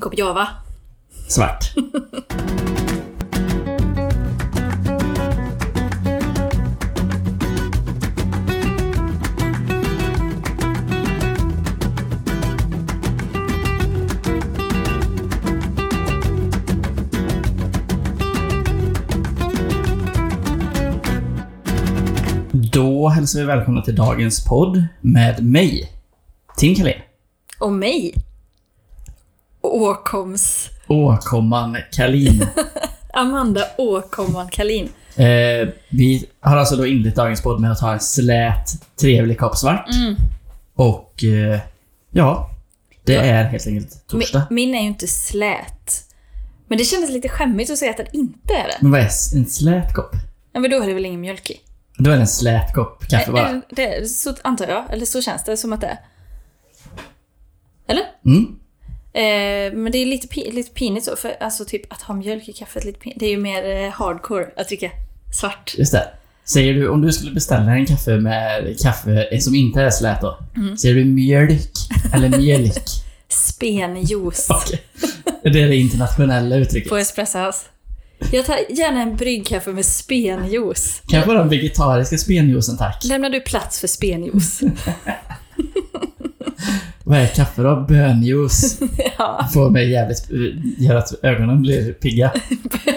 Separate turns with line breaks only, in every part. kopp java.
Svart. Då hälsar vi välkomna till dagens podd med mig, Tim Kalé.
Och mig. Åkoms...
Åkomman Kalin.
Amanda Åkomman Kalin.
Eh, vi har alltså då inlett dagens podd med att ha en slät, trevlig kopp svart.
Mm.
Och eh, ja, det är helt enkelt torsdag.
Mi- Min är ju inte slät. Men det kändes lite skämmigt att säga att den inte är det.
Men vad är s- en slät kopp?
Ja, men då är det väl ingen mjölk i?
Då är det en slät kopp kaffe
Eh,
bara.
eller det, så antar jag, eller så känns det som att det är. Eller?
Mm.
Eh, men det är lite, pi- lite pinigt så, för alltså typ att ha mjölk i kaffet, lite pin- det är ju mer eh, hardcore att dricka svart.
Just det. Säger du, om du skulle beställa en kaffe med kaffe eh, som inte är slät då.
Mm.
Säger du mjölk eller mjölk?
Spenjuice
Okej. Det är det internationella uttrycket.
på espressohouse. Jag tar gärna en bryggkaffe med spenjuice.
Kan jag få den vegetariska spenjuicen tack?
Lämnar du plats för spenjuice?
Vad är kaffe då? Bönjuice.
ja,
Får mig jävligt... Gör att ögonen blir pigga.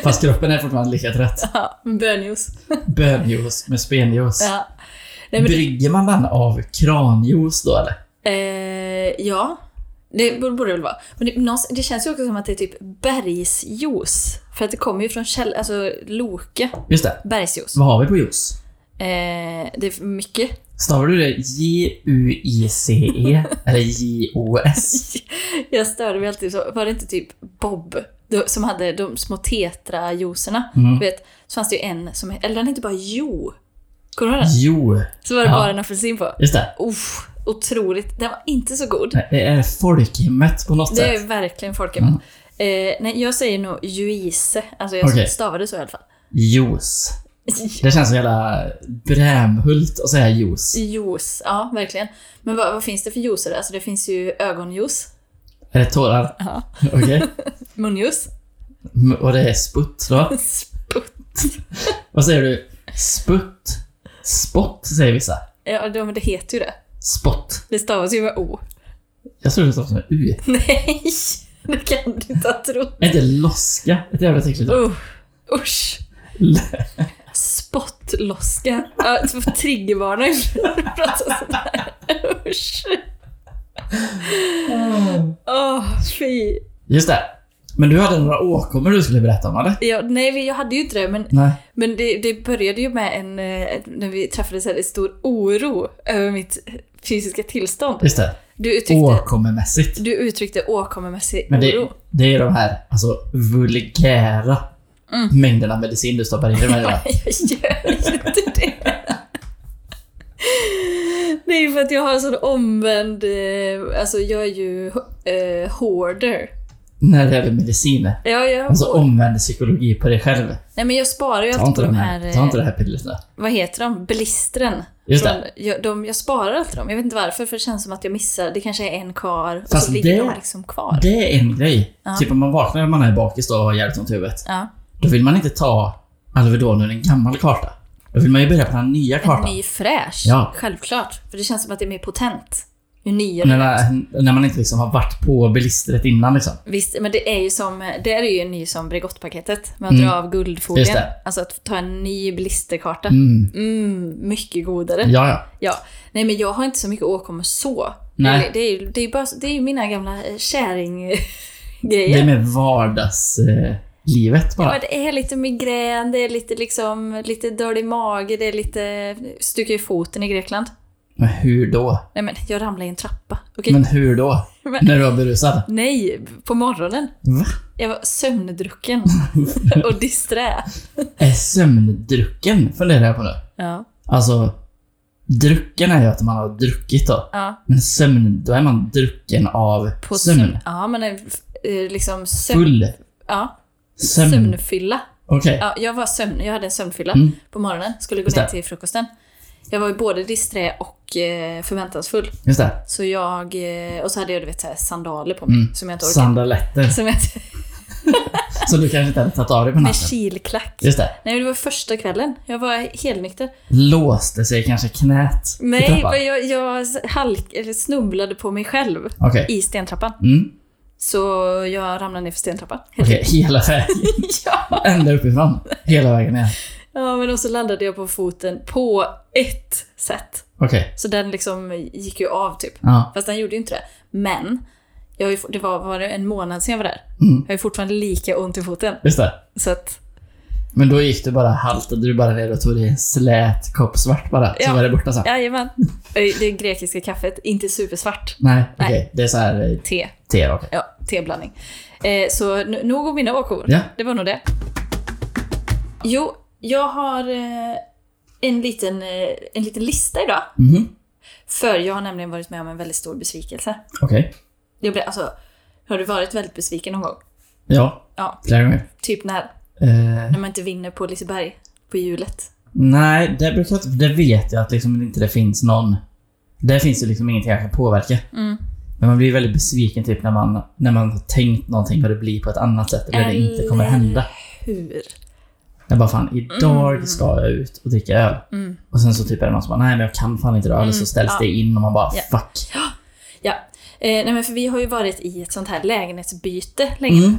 Fast kroppen är fortfarande lika trött.
ja, Mm, bönjuice.
Bönjuice med spenjuice.
Ja. Nej, men,
Brygger man den av kranjuice då eller?
eh, ja, det borde borde det väl vara. Men det, någonstans- det känns ju också som att det är typ bergsjuice. För att det kommer ju från käll, alltså Loke.
Just det.
Bergsjuice.
Vad har vi på juice?
Eh, det är för mycket.
Stavar du det J-U-I-C-E? E, eller J-O-S?
Jag störde mig alltid så. Var det inte typ Bob då- som hade de små tetrajuicerna?
Mm.
Du vet, så fanns det ju en som Eller den hette bara Jo. Kommer du ihåg den?
Jo.
Så var det
Ja.
bara en apelsin på.
Just det.
Uff, otroligt. Den var inte så god.
Det är folkhemmet på något
Det är
sätt.
verkligen folkhemmet. Eh, nej, jag säger nog juice. Alltså jag
Mm. Okej.
stavar det så i alla fall.
Juice. Det känns som jävla Brämhult att säga juice.
Juice, ja verkligen. Men vad, vad finns det för juicer? Alltså det finns ju ögonjuice,
Är det tårar?
ja.
Okej.
munjuice,
M- Och det är sputt då?
sputt.
Vad säger du? Sputt? Spott säger vissa.
Ja, det, men det heter ju det.
Spott.
Det stavas ju med O.
Jag tror det står som U.
Nej! Det kan du inte ha trott.
Är inte loska ett jävla äckligt ord?
Uh, usch. Spottloska. Ja, du får triggervarning för att prata sådär. Usch. Åh, fy.
Just det. Men du hade några åkommor du skulle berätta om, eller?
Ja, nej, jag hade ju inte det, men
Nej.
Men det, det började ju med en, eh, när vi träffades här, en stor oro över mitt fysiska tillstånd.
Just det.
Du uttryckte,
Åkommemässigt.
du uttryckte åkommemässig
Men det,
oro.
det är de här, alltså, vulgära
Mm.
mängderna medicin du stoppar i dig varje dag.
Nej, jag gör inte det. Det är ju för att jag har en sån omvänd, eh, alltså jag är ju eh, hoarder.
När det gäller mediciner.
Ja, jag,
Alltså omvänd psykologi på dig själv.
nej men jag sparar ju
Ta
alltid
inte,
på
de
de här,
här, ta
eh,
inte det här pillret nu.
vad heter de, blistren.
Just
Från-
det.
Jag, de, jag sparar alltid dem. Jag vet inte varför, för det känns som att jag missar. Det kanske är en kvar och
Fast
så ligger
det-
de liksom kvar.
Det är en grej.
Ja.
Typ om man vaknar när man är bakis då och har jävligt ont i huvudet.
Ja.
Då vill man inte ta Alvedon ur en gammal karta. Då vill man ju börja på den nya
En
kartan.
ny fräsch.
Ja.
Självklart. För det känns som att det är mer potent. Ju nyare.
När, när man inte liksom har varit på bilistret innan liksom.
Visst, men det är ju som, det är ju en ny som Bregottpaketet. Med att
Mm.
dra av guldfolien.
Just det.
Alltså att ta en ny blisterkarta. Mm.
Mm.
mycket godare. Ja.
Ja, ja.
Nej men jag har inte så mycket åkommor så.
Nej.
Det, det, är, ju- det, är bara, det är ju mina gamla eh,
Det är
kärringgrejer.
med vardagslivet
Ja,
bara.
det är lite migrän, det är lite liksom, lite dålig mage, det är lite... Stuckar ju foten i Grekland.
Men hur då?
Nej men, jag ramlade i en trappa. Okej?
Men hur då?
Men-
När du var berusad?
Nej, på morgonen.
Va?
Jag var sömndrucken och disträ.
Är sömndrucken? Funderar jag på nu.
Ja.
Alltså, drucken är ju att man har druckit då.
ja.
Men sömn, då är man drucken av
På
sömn.
sömn. Ja, men eh, eh, liksom sömn...
Full
Ja.
sömn.
Sömnfylla.
Okej.
Ja, jag var sömn... Jag hade en sömnfylla
Mm.
på morgonen. Skulle gå
Just
ner
det.
till frukosten. Jag var ju både disträ och och eh, förväntansfull.
Just det.
Så jag, eh, och så hade jag du vet, så här, sandaler på mig
Mm.
som jag inte orkade.
Sandaletter.
Som jag inte,
Så du kanske inte hade tagit av dig på
med
natten.
kilklack.
Just det.
Nej, men det var första kvällen. Jag var helnykter.
Låste sig kanske knät i
Nej,
trappan?
men jag, jag halk, eller snubblade på mig själv
Okej.
i stentrappan.
Mm.
Så jag ramlade ner för stentrappan.
Okej, hela vägen.
ja.
Ända uppifrån. Hela vägen ner.
ja, men och så landade jag på foten på ett sätt.
Okej.
Så den liksom gick ju av typ.
Ja.
Fast den gjorde ju inte det. Men, jag har ju, fort- det var, var det en månad sedan jag var där.
Mm.
Jag har ju fortfarande lika ont i foten.
Just det.
Så att,
Men då gick du bara haltade du bara ner och tog dig en slät kopp svart bara. Så
Ja.
var det borta sen.
jajamän. Öj, Det grekiska kaffet, inte supersvart.
Nej, okej. Det är så här eh,
Te.
te då, okej.
Ja, teblandning. Eh, så n- nog om mina åkommor.
Ja.
Det var nog det. Jo, jag har eh, en, liten, eh, en liten lista idag.
Mhm.
För jag har nämligen varit med om en väldigt stor besvikelse.
Okej.
Jag blev, alltså, har du varit väldigt besviken någon gång?
Ja,
Ja,
flera gånger.
typ när,
Eh,
när man inte vinner på Liseberg på hjulet.
nej, det brukar jag inte... Det vet jag att liksom inte det finns någon... Där finns det liksom ingenting jag kan påverka.
Mm.
Men man blir väldigt besviken typ när man, när man har tänkt någonting och det blir på ett annat sätt. Eller det inte kommer hända.
Hur?
Jag bara fan, idag ska jag ut och dricka öl.
Mm.
Och sen så typ är det någon som bara, nej men jag kan fan inte idag. Eller så ställs
ja.
det in och man bara,
Ja.
fuck.
Ja. Eh, nej men för vi har ju varit i ett sånt här lägenhetsbyte länge.
Mm.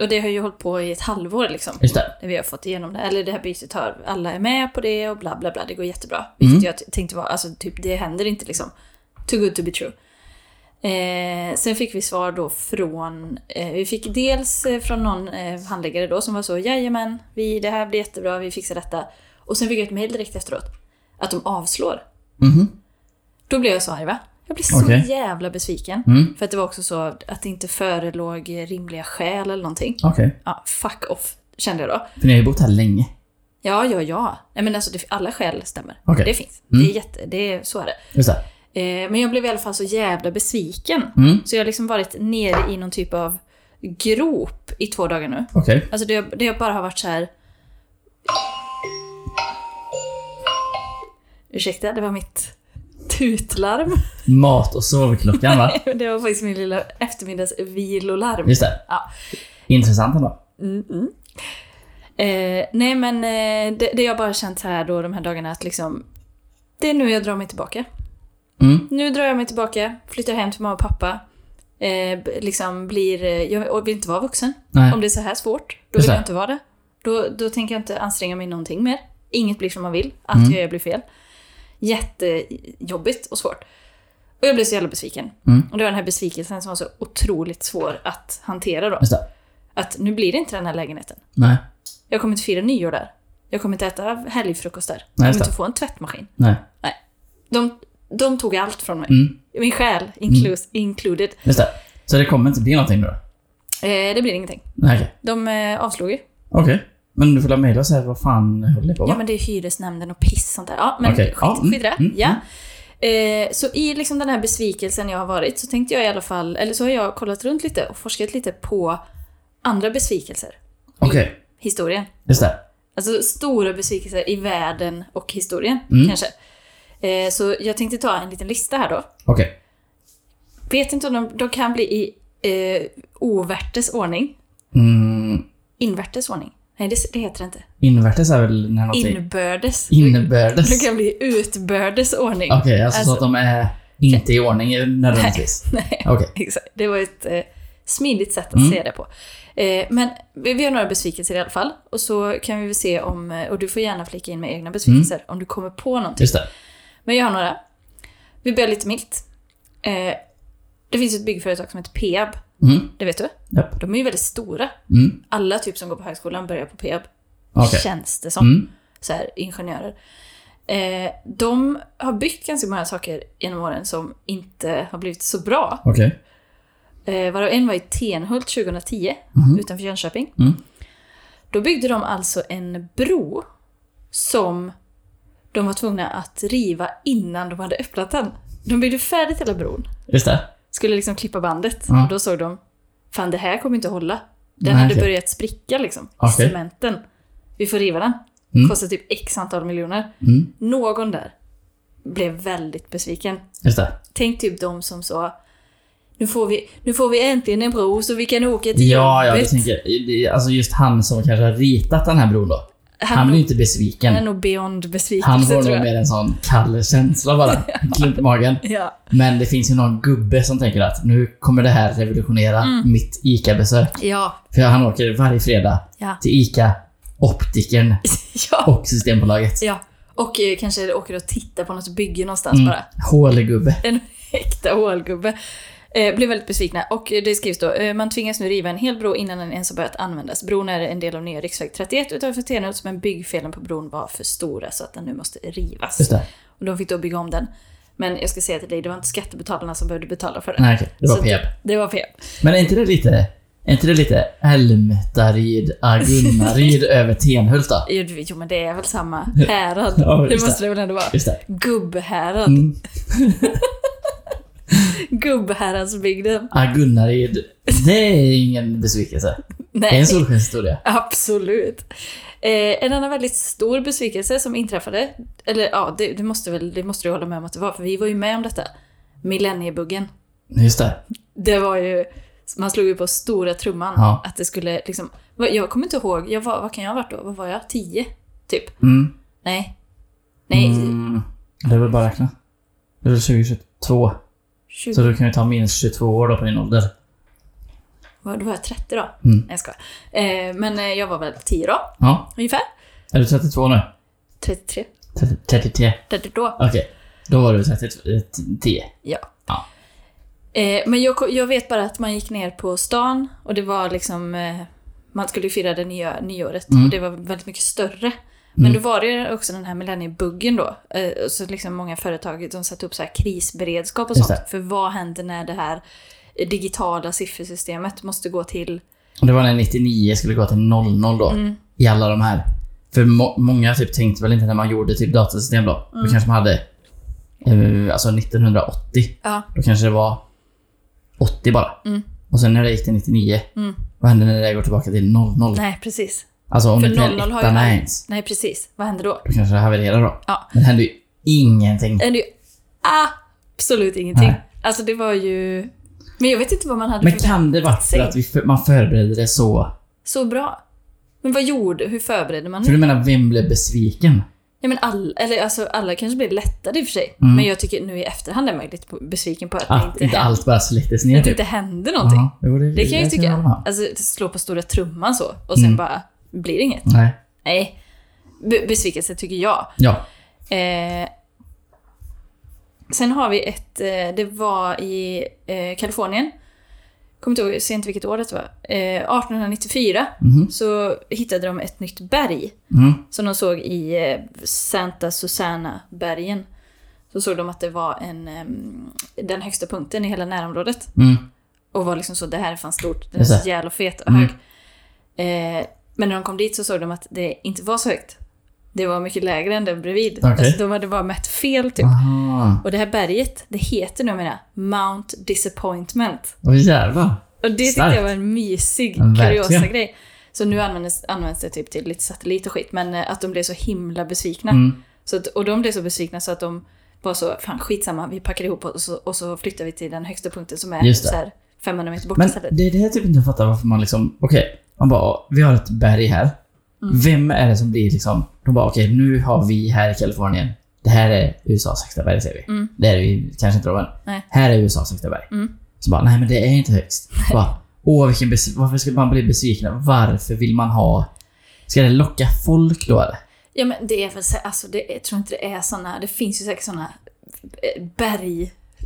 Och det har ju hållit på i ett halvår liksom.
Just det.
när vi har fått igenom det. Eller det här bytet har, alla är med på det och bla bla bla, det går jättebra. Vilket
Mm.
jag t- tänkte var, alltså typ det händer inte liksom. Too good to be true. Eh, sen fick vi svar då från, eh, vi fick dels eh, från någon eh, handläggare då som var så jajamän, vi, det här blir jättebra, vi fixar detta. Och sen fick jag ett mejl direkt efteråt att de avslår.
Mhm.
Då blev jag så arg va? Jag blev så
Okej.
jävla besviken.
Mm.
För att det var också så att det inte förelåg eh, rimliga skäl eller någonting.
Okej.
Ja, fuck off kände jag då.
För ni har ju bott här länge.
Ja, ja, ja. Nej, men alltså, det, alla skäl stämmer.
Okej. Mm.
Det finns. Det är jätte, det är, så är det.
Just det.
Eh, men jag blev i alla fall så jävla besviken.
Mm.
Så jag har liksom varit nere i någon typ av grop i två dagar nu.
Okej.
Alltså det, det bara har varit så här... Ursäkta, det var mitt tutlarm.
Mat och sovklockan va?
Det var faktiskt min lilla eftermiddagsvilolarm.
Just det.
Ja.
Intressant ändå.
Mm-mm. Eh, nej men eh, det, det jag bara känt här då de här dagarna att liksom Det är nu jag drar mig tillbaka.
Mm.
Nu drar jag mig tillbaka, flyttar hem till mamma och pappa. Eh, b- liksom blir, eh, jag vill inte vara vuxen.
Nej.
Om det är så här svårt, då
Just
vill
det.
jag inte vara det. Då, då tänker jag inte anstränga mig någonting mer. Inget blir som man vill, allt
Mm.
jag gör blir fel. Jättejobbigt och svårt. Och jag blev så jävla besviken.
Mm.
Och det var den här besvikelsen som var så otroligt svår att hantera då.
Just det.
Att nu blir det inte den här lägenheten.
Nej.
Jag kommer inte fira nyår där. Jag kommer inte äta helgfrukost där. Jag
Nej,
kommer
just
inte få en tvättmaskin.
Nej.
De, de tog allt från mig.
Mm.
Min själ inclus, included.
Just det. Så det kommer inte bli någonting nu då?
Eh, det blir ingenting.
Nej, okej.
De eh, avslog ju.
Okej. Men du får la mejla och säga vad fan håller ni på
Ja,
med?
men det är hyresnämnden och piss sånt där. Ja, men
Okej.
skit,
Ja, mm,
skit i det.
mm,
ja. Eh, så i liksom den här besvikelsen jag har varit så tänkte jag i alla fall, eller så har jag kollat runt lite och forskat lite på andra besvikelser.
Okej.
Historien.
Just det.
Alltså stora besvikelser i världen och historien
Mm.
kanske. Eh, så jag tänkte ta en liten lista här då.
Okej.
Vet inte om de, de kan bli i eh, ovärtes ordning.
Mm.
Invärtes ordning. Nej, det, det heter det inte.
Invärtes är väl när någonting...
Inbördes.
Innebördes.
De kan bli i utbördes ordning.
Okej, alltså, så
Alltså-
att de är inte i ordning nödvändigtvis?
Nej,
Okej.
exakt. Det var ett eh, smidigt sätt att
Mm.
se det på. Eh, men vi, vi har några besvikelser i alla fall. Och så kan vi väl se om, eh, och du får gärna flika in med
Mm.
egna besvikelser om du kommer på någonting.
Just det.
Men jag har några. Vi börjar lite milt. Eh, det finns ett byggföretag som heter Peab,
Mm.
det vet du?
Japp.
De är ju väldigt stora.
Mm.
Alla typ som går på högskolan börjar på Peab.
Okej.
Känns det som.
Mm.
Så här, ingenjörer. Eh, de har byggt ganska många saker genom åren som inte har blivit så bra.
Okej.
Eh, varav en var i Tenhult 2010,
Mhm.
utanför Jönköping.
Mm.
Då byggde de alltså en bro som de var tvungna att riva innan de hade öppnat den. De byggde färdigt hela bron,
Just det.
skulle liksom klippa bandet.
Ja.
Och då såg de, fan det här kommer inte hålla. Den
Nej,
hade
okej.
börjat spricka liksom, i
Okej.
cementen. Vi får riva den.
Mm.
Kostar typ x antal miljoner.
Mm.
Någon där blev väldigt besviken.
Just det.
Tänk typ de som sa nu får, vi, nu får vi äntligen en bro så vi kan åka till
Ja, ja, jag
jobbet.
tänker, det- alltså just han som kanske har ritat den här bron då. Han blir ju inte
han är
besviken.
nog beyond
Han
besvikelse tror
får nog
jag.
mer en sån kall känsla bara. En klump i magen.
Ja,
Men det finns ju någon gubbe som tänker att nu kommer det här revolutionera
Mm.
mitt ICA-besök.
ja,
För han åker varje fredag
ja.
till ICA, optikern
ja.
och Systembolaget.
ja. Och eh, kanske åker och tittar på något bygge någonstans
Mm.
bara.
Hålgubbe.
En äkta hålgubbe. Eh, blev väldigt besvikna och eh, det skrivs då eh, man tvingas nu riva en hel bro innan den ens har börjat användas. Bron är en del av nya riksväg 31 utanför Tenhult men byggfelen på bron var för stora så att den nu måste rivas.
Just det.
Och de fick då bygga om den. Men jag ska säga till dig, det var inte skattebetalarna som behövde betala för den.
Nej, okej. Det
Så
var
att-
Peab.
Det var fel.
Men är inte det lite... Är inte det lite Älmtaryd, Agunnaryd över Tenhult då?
Jo, du- Jo men det är väl samma härad.
Ja,
det
just
måste det väl ändå vara.
Just det.
Gubbhärad.
Mm.
Gubbhäradsbygden.
Agunnaryd. Det är ingen besvikelse. Det är
Nej.
en solskenshistoria.
Absolut. Eh, en annan väldigt stor besvikelse som inträffade, eller ja, det, det, måste väl, det måste du hålla med om att det var, för vi var ju med om detta. Millenniebuggen.
Just det.
Det var ju, man slog ju på stora trumman
Ja.
att det skulle liksom, vad- jag kommer inte ihåg, jag var, vad kan jag ha varit då? Vad var jag? Tio? Typ?
Mm.
Nej. Nej,
Mm. Det är väl bara att räkna. Det är väl 2022. Så
20,
du kan ju ta minst 22 år då på din ålder.
vad- då var jag 30 då.
Mm.
Nej, jag skojar. Eh, men eh, jag var väl 10 då,
Ja.
ungefär.
Är du 32 nu?
33.
30, 33?
30 då.
Okej. Då var du 30, 10.
Ja.
Ja.
Eh, men jag, ko- jag vet bara att man gick ner på stan och det var liksom... Eh, man skulle ju fira det nya nyåret
Mm.
och det var väldigt mycket större. Men då var det ju också den här millenniebuggen då. Eh, och så liksom många företag de satte upp så här krisberedskap och
Just
sånt. För vad händer när det här eh, digitala siffersystemet måste gå till...
Och det var när 99 skulle gå till 00 då.
Mm.
I alla de här. För må- många typ tänkte väl inte när man gjorde typ datasystem då.
Mm.
Då kanske man hade... Eh, alltså 1980.
Ja,
Då kanske det var 80 bara.
Mm.
Och sen när det gick till 99,
Mm.
vad händer när det går tillbaka till 00?
nej precis.
Alltså om
För
det inte är
00 har ju
ettan
aldrig-
ens,
Nej precis, vad händer då?
då kanske det havererar då.
Ja.
Men det händer ju ingenting.
Det hände ju absolut ingenting.
Nej.
Alltså det var ju... Men jag vet inte vad man hade
Men
för
kan det vara för
Säg.
att vi för, man förberedde det så?
Så bra. Men vad gjorde, hur förberedde man
För
det?
du menar, vem blev besviken?
Ja, men all, eller alltså, alla kanske blir lättade i och för sig.
Mm.
Men jag tycker nu i efterhand är man ju lite på- besviken på att, det
Att
inte,
inte
hände,
allt bara släcktes ner
att det
typ?
inte hände någonting.
Ja, jo,
Det kan jag ju
det
tycka.
hålla med om.
Alltså slå på stora trumman så och sen
Mm.
bara blir det inget.
Nej.
Nej. Be- besvikelse tycker jag.
Ja.
Eh, sen har vi ett, eh, det var i eh, Kalifornien. Kommer inte ihåg, ser inte vilket år det var. Eh, 1894
Mhm.
så hittade de ett nytt berg.
Mm.
som de såg i eh, Santa Susana-bergen. Så såg de att det var en, em, den högsta punkten i hela närområdet.
Mm.
Och var liksom så, det här är fan stort. Den är
Just det. Mm.
så jävla fet och hög. Eh, men när de kom dit så såg de att det inte var så högt. Det var mycket lägre än den bredvid.
Okej. Mm.
Alltså, de hade bara mätt fel typ.
Aha.
Och det här berget, det heter numera Mount Disappointment.
Åh jävlar.
Och det tyckte
Starkt.
jag var en mysig
Ja, verkligen.
kuriosa grej. Så nu används, används det typ till lite satellit och skit, men eh, att de blev så himla besvikna.
Mm.
Så att, och de blev så besvikna så att de var så, fan skitsamma, vi packar ihop och så, och så flyttar vi till den högsta punkten som är
Just det.
så här 500 meter bort
Men
istället.
det är det jag typ inte fattar varför man liksom, okej, man bara, "Ja, vi har ett berg här.
Mm.
Vem är det som blir liksom, de bara okej, nu har vi här i Kalifornien, det här är USAs högsta berg säger vi.
Mm.
Det är det ju kanske inte då, men
Nej.
här är USAs högsta berg.
Mm.
Så bara, nej men det är inte högst. Bara, Åh, vilken bes- varför skulle man bli besviken? Varför vill man ha... Ska det locka folk då eller?
Ja men det är väl så, alltså det, jag tror inte det är såna, det finns ju säkert såna eh,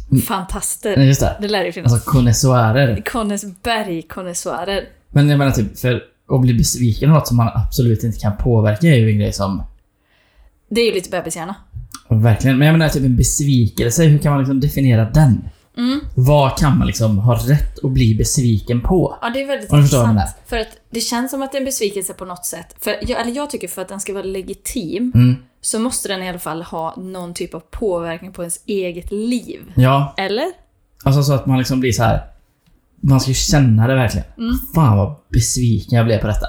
bergfantaster.
Nej, Just det.
Det lär ju finnas.
Mm. Alltså konnässörer.
Konnes, bergkonnässörer.
Men jag menar typ, för att bli besviken av något som man absolut inte kan påverka är ju en grej som
Det är ju lite bebishjärna.
Verkligen. Men jag menar typ en besvikelse, hur kan man liksom definiera den?
Mm.
Vad kan man liksom ha rätt att bli besviken på?
Ja, det är väldigt
Om du förstår vad jag
intressant. För att det känns som att det är en besvikelse på något sätt. För, jag, eller jag tycker för att den ska vara legitim
Mm.
så måste den i alla fall ha någon typ av påverkan på ens eget liv.
Ja,
Eller?
alltså så att man liksom blir så här. Man ska ju känna det verkligen.
Mm.
Fan vad besviken jag blev på detta.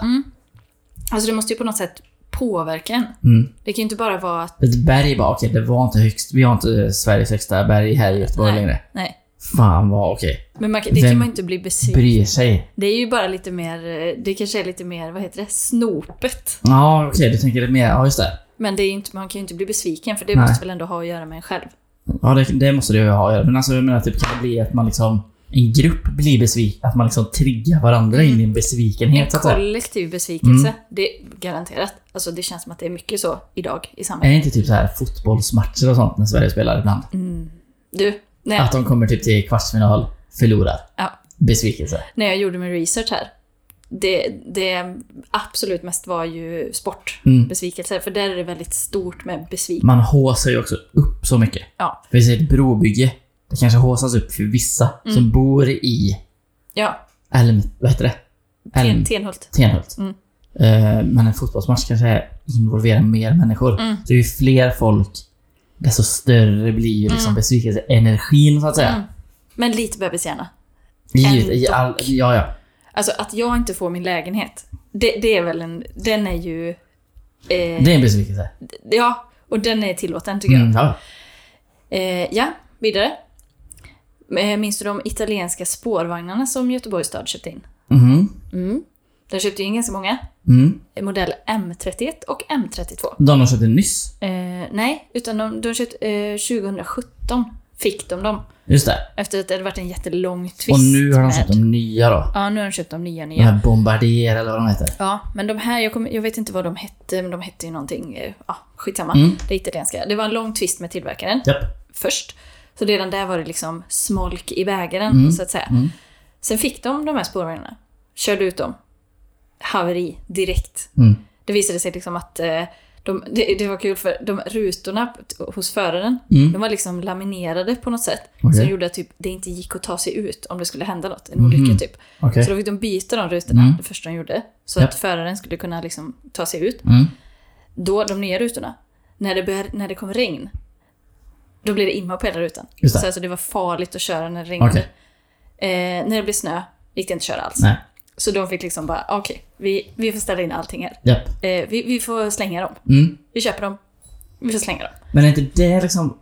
Alltså det måste ju på något sätt påverkan.
Mm.
Det kan ju inte bara vara att,
Ett berg bara, okej det var inte högst, vi har inte eh, Sveriges högsta berg här i Göteborg
Nej.
längre.
nej.
Fan vad okej.
Men man, kan- det
Vem
kan man ju inte bli besviken
Bryr sig.
Det är ju bara lite mer, eh, det kanske är lite mer, vad heter det, snopet.
Ja okej, du tänker det mer, ja just det.
Men det är ju inte, man kan ju inte bli besviken för det
Nej.
måste väl ändå ha att göra med en själv.
Ja det, det måste det ju ha att göra. Men alltså jag menar typ kan det bli att man liksom, en grupp blir besviken, att man liksom triggar varandra
Mm.
in i en
En
besvikenhet så att säga.
kollektiv besvikelse,
Mm.
det garanterat. Alltså det känns som att det är mycket så idag i
Är
samhället.
det inte typ så här fotbollsmatcher och sånt när Sverige
Mm.
spelar ibland?
Du, när jag,
Att de kommer typ till kvartsfinal, förlorar.
ja,
Besvikelse.
när jag gjorde min research här, det, det absolut mest var ju
Mm.
sportbesvikelser, för där är det väldigt stort med besvikelse.
Man håsar ju också upp så mycket.
Ja,
För vi ser ett brobygge, det kanske håsas upp för vissa
Mm.
som bor i
ja.
Elm, vad heter det?
Ten,
Elm,
Tenhult.
Tenhult.
Mm.
Eh, men en fotbollsmatch kanske involverar mer människor.
Mm.
Så ju fler folk, desto större blir ju liksom
Mm.
besvikelseenergin så att säga.
Mm. Men lite bebishjärna.
Givet, i
Ändå.
all, ja, ja.
Alltså att jag inte får min lägenhet, det, det är väl en... Den är ju... Eh,
Det är en besvikelse.
ja, och den är tillåten tycker
Mm, ja.
jag. Eh, ja, vidare. Eh, Minns du de italienska spårvagnarna som Göteborgs stad köpte in?
Mhm.
Mm. De köpte in ganska många.
Mm.
Eh, Modell M31 och M32.
De de köpte nyss.
Eh, nej, utan de, de köpte, eh, 2017 fick de dem.
Just det.
Efter att det hade varit en jättelång twist.
Och nu har de
med-
köpt de nya då.
Ja, nu har de köpt de nya
De
nya.
här Bombardier eller vad de heter.
Ja, men de här, jag, kommer- jag vet inte vad de hette, men de hette ju någonting, eh, ja, skitsamma.
Mm.
Det italienska. Det var en lång tvist med tillverkaren
Japp.
först. Så redan där var det liksom smolk i bägaren,
Mm.
så att säga.
Mm.
Sen fick de de här spårvagnarna, körde ut dem. Haveri direkt.
Mm.
Det visade sig liksom att eh, de, det, det var kul för de rutorna p- hos föraren,
Mm.
de var liksom laminerade på något sätt.
Okej.
Som gjorde att typ, det inte gick att ta sig ut om det skulle hända något, en
Mhm.
olycka typ.
Okej. Mm.
Så då fick de byta de rutorna, det första de gjorde. Så
Japp.
att föraren skulle kunna liksom ta sig ut.
Mm.
Då, de nya rutorna, när det, började, när det kom regn, då blev det imma på hela rutan.
Just det.
Så alltså det var farligt att köra när det regnade.
Okej.
Eh, när det blev snö gick det inte att köra alls.
Nej.
Så de fick liksom bara, okej, vi, vi får ställa in allting här.
Japp.
Eh, vi, vi får slänga dem.
Mm.
Vi köper dem. Vi får slänga dem.
Men är inte det liksom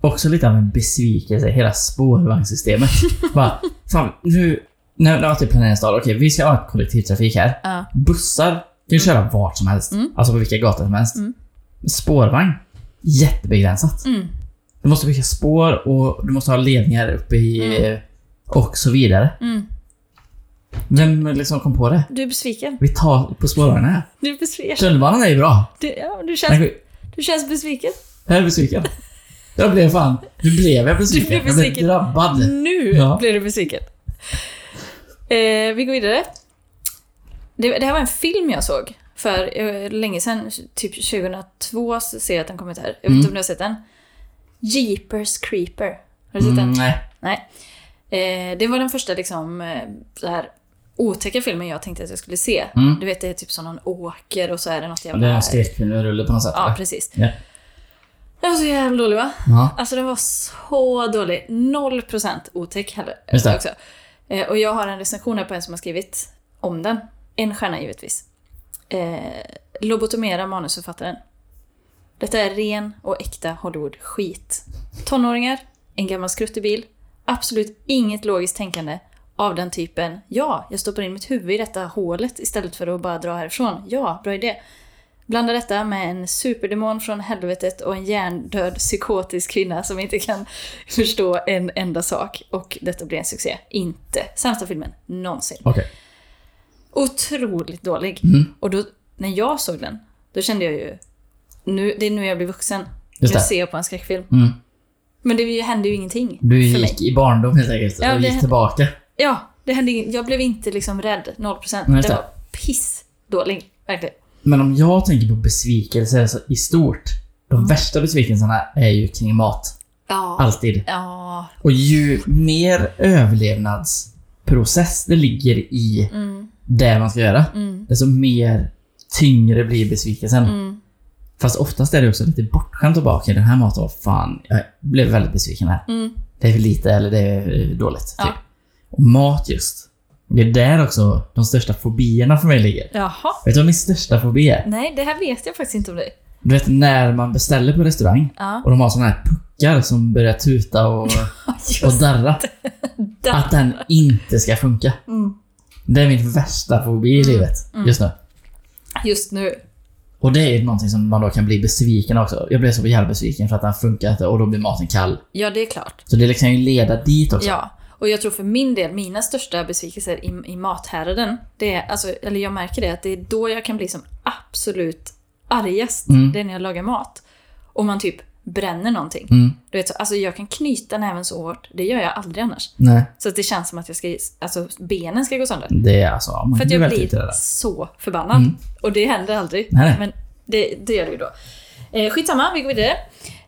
också lite av en besvikelse, hela spårvagnssystemet? Bara, fan, nu... När när jag typ planerar en stad, okej vi ska ha kollektivtrafik här.
Ja.
Bussar kan ju köra vart som helst.
Mm.
Alltså på vilka gator som helst.
Mm.
Spårvagn? Jättebegränsat.
Mm.
Du måste bygga spår och du måste ha ledningar uppe i... eh, Och så vidare.
Mm.
Vem liksom kom på det?
Du är besviken.
Vi tar på spårvagnen här.
Du är besviken.
Tunnelbanan är ju bra.
Du, ja, du,
Den
känns,
går-
du känns besviken.
Jag är besviken. Jag blev fan... Nu blev jag besviken.
blev
Jag blev
besviken. Mm.
drabbad.
Nu
Ja.
blir du besviken. Eh, vi går vidare. Det, det här var en film jag såg för eh, länge sedan, typ 2002 så ser jag att den kom ut här. Jag vet
Mm.
inte om du har sett den? Jeepers Creeper. Har du sett
Mm,
den?
nej.
Nej. Eh, det var den första liksom, eh, så här, otäcka filmen jag tänkte att jag skulle se.
Mm.
Du vet, det är typ som någon åker och så är det något
Ja, Det är
jävla...
en skräckfilmrulle på något sätt.
ja,
eller?
precis.
Ja.
Den var så jävla dålig va?
Ja.
Alltså den var så dålig. 0% otäck heller.
Just det.
Också. Eh, och jag har en recension här på en som har skrivit om den. En stjärna givetvis. Eh, lobotomera manusförfattaren. Detta är ren och äkta Hollywood-skit. Tonåringar, en gammal skruttig bil, absolut inget logiskt tänkande av den typen “Ja, jag stoppar in mitt huvud i detta hålet istället för att bara dra härifrån. Ja, bra idé.” Blanda detta med en superdemon från helvetet och en hjärndöd psykotisk kvinna som inte kan förstå en enda sak. Och detta blir en succé. Inte sämsta filmen någonsin.
Okej.
Otroligt dålig.
Mm.
Och då, när jag såg den, då kände jag ju... Nu, det är nu jag blir vuxen.
Just
nu
det.
ser jag på en skräckfilm.
Mm.
Men det hände ju ingenting
Du
för mig.
gick i barndom helt enkelt.
Ja,
och
det-
gick tillbaka.
Ja, det hände ing- Jag blev inte liksom rädd. 0%.
Nej, just
det
det.
var pissdålig. Verkligen.
Men om jag tänker på besvikelser så- i stort. De
Mm.
värsta besvikelserna är ju kring mat.
Ja.
Alltid.
Ja.
Och ju mer överlevnadsprocess det ligger i
Mm,
det man ska göra,
mm,
desto mer tyngre blir besvikelsen.
mm.
Fast oftast är det också lite bortskämt och bara okej den här maten var fan, jag blev väldigt besviken här.
Mm.
Det är för lite eller det är eh, dåligt. Typ.
Ja.
Och mat just. Det är där också de största fobierna för mig ligger.
Jaha.
Vet du vad min största fobi är?
Nej, det här vet jag faktiskt inte om dig.
Du vet när man beställer på restaurang
Ja.
och de har såna här puckar som börjar tuta och, och
Just
darra.
det.
Att den inte ska funka.
Mm.
Det är min värsta fobi i livet just nu.
Just nu.
Och det är någonting som man då kan bli besviken också. Jag blev så jävla besviken för att den funkar inte och då blir maten kall.
Ja, det är klart.
Så det liksom kan ju leda dit också.
Ja. Och jag tror för min del, mina största besvikelser i, i mathärden, det är, alltså, eller jag märker det, att det är då jag kan bli som absolut argast.
Mm.
Det är när jag lagar mat. Och man typ bränner någonting.
Mm,
Du vet, så, alltså jag kan knyta näven så hårt, det gör jag aldrig annars.
nej.
Så att det känns som att jag ska, alltså, benen ska gå sönder.
Det är alltså, ja, man
För att
blir
jag
väldigt
blir
irriterad.
så förbannad.
Mm.
Och det händer aldrig.
Nej, nej.
Men det, det gör det ju då. Eh, skitsamma, vi går vidare.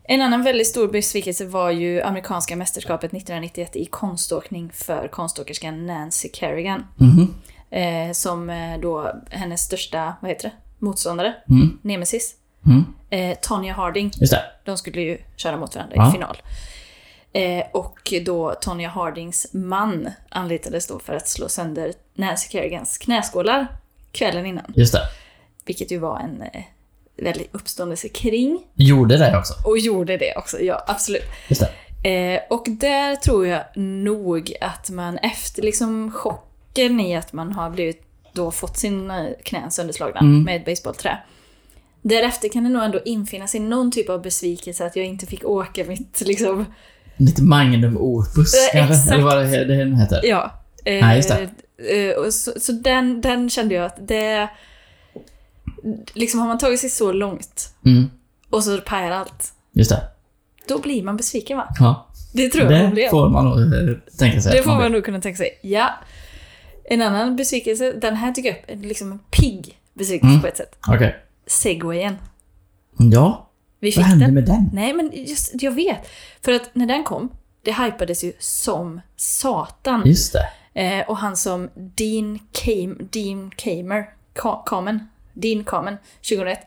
En annan väldigt stor besvikelse var ju amerikanska mästerskapet 1991 i konståkning för konståkerskan Nancy Kerrigan.
Mhm,
Eh, som eh, då hennes största, vad heter det, motståndare,
mm,
nemesis,
mm.
eh, Tonya Harding.
Just det.
De skulle ju köra mot varandra
Ja.
i final. Eh, och då Tonya Hardings man anlitades då för att slå sönder Nancy Kerrigans knäskålar kvällen innan.
Just det.
Vilket ju var en eh, väldig uppståndelse kring.
Gjorde det också.
Och gjorde det också, ja absolut.
Just det.
Eh, och där tror jag nog att man efter liksom chocken i att man har blivit då fått sina knän sönderslagna
Mm.
med ett baseballträ. Därefter kan det nog ändå infinna sig någon typ av besvikelse att jag inte fick åka mitt liksom,
Mitt magnum opus
Eh,
kanske?
exakt.
Eller vad det, det den heter.
ja. Eh,
Nej, just det.
eh, och så så den, den kände jag att det, liksom har man tagit sig så långt
Mm,
och så pajar allt,
just det.
då blir man besviken va?
Ja.
Det tror jag man
Det
blev.
får man nog eh, tänka sig.
Det
att
får
blir.
man nog kunna tänka sig. Ja. En annan besvikelse, den här tycker jag är liksom en pigg besvikelse
Mm.
på ett sätt.
Okej.
Segwayen.
Ja,
Vi fick
vad hände
den.
med den?
Nej, men just, jag vet. För att när den kom, det hypades ju som satan.
Just det.
Eh, och han som Dean, Kam- Dean Kamer, Ka- Kamen, Dean Kamen, 2001.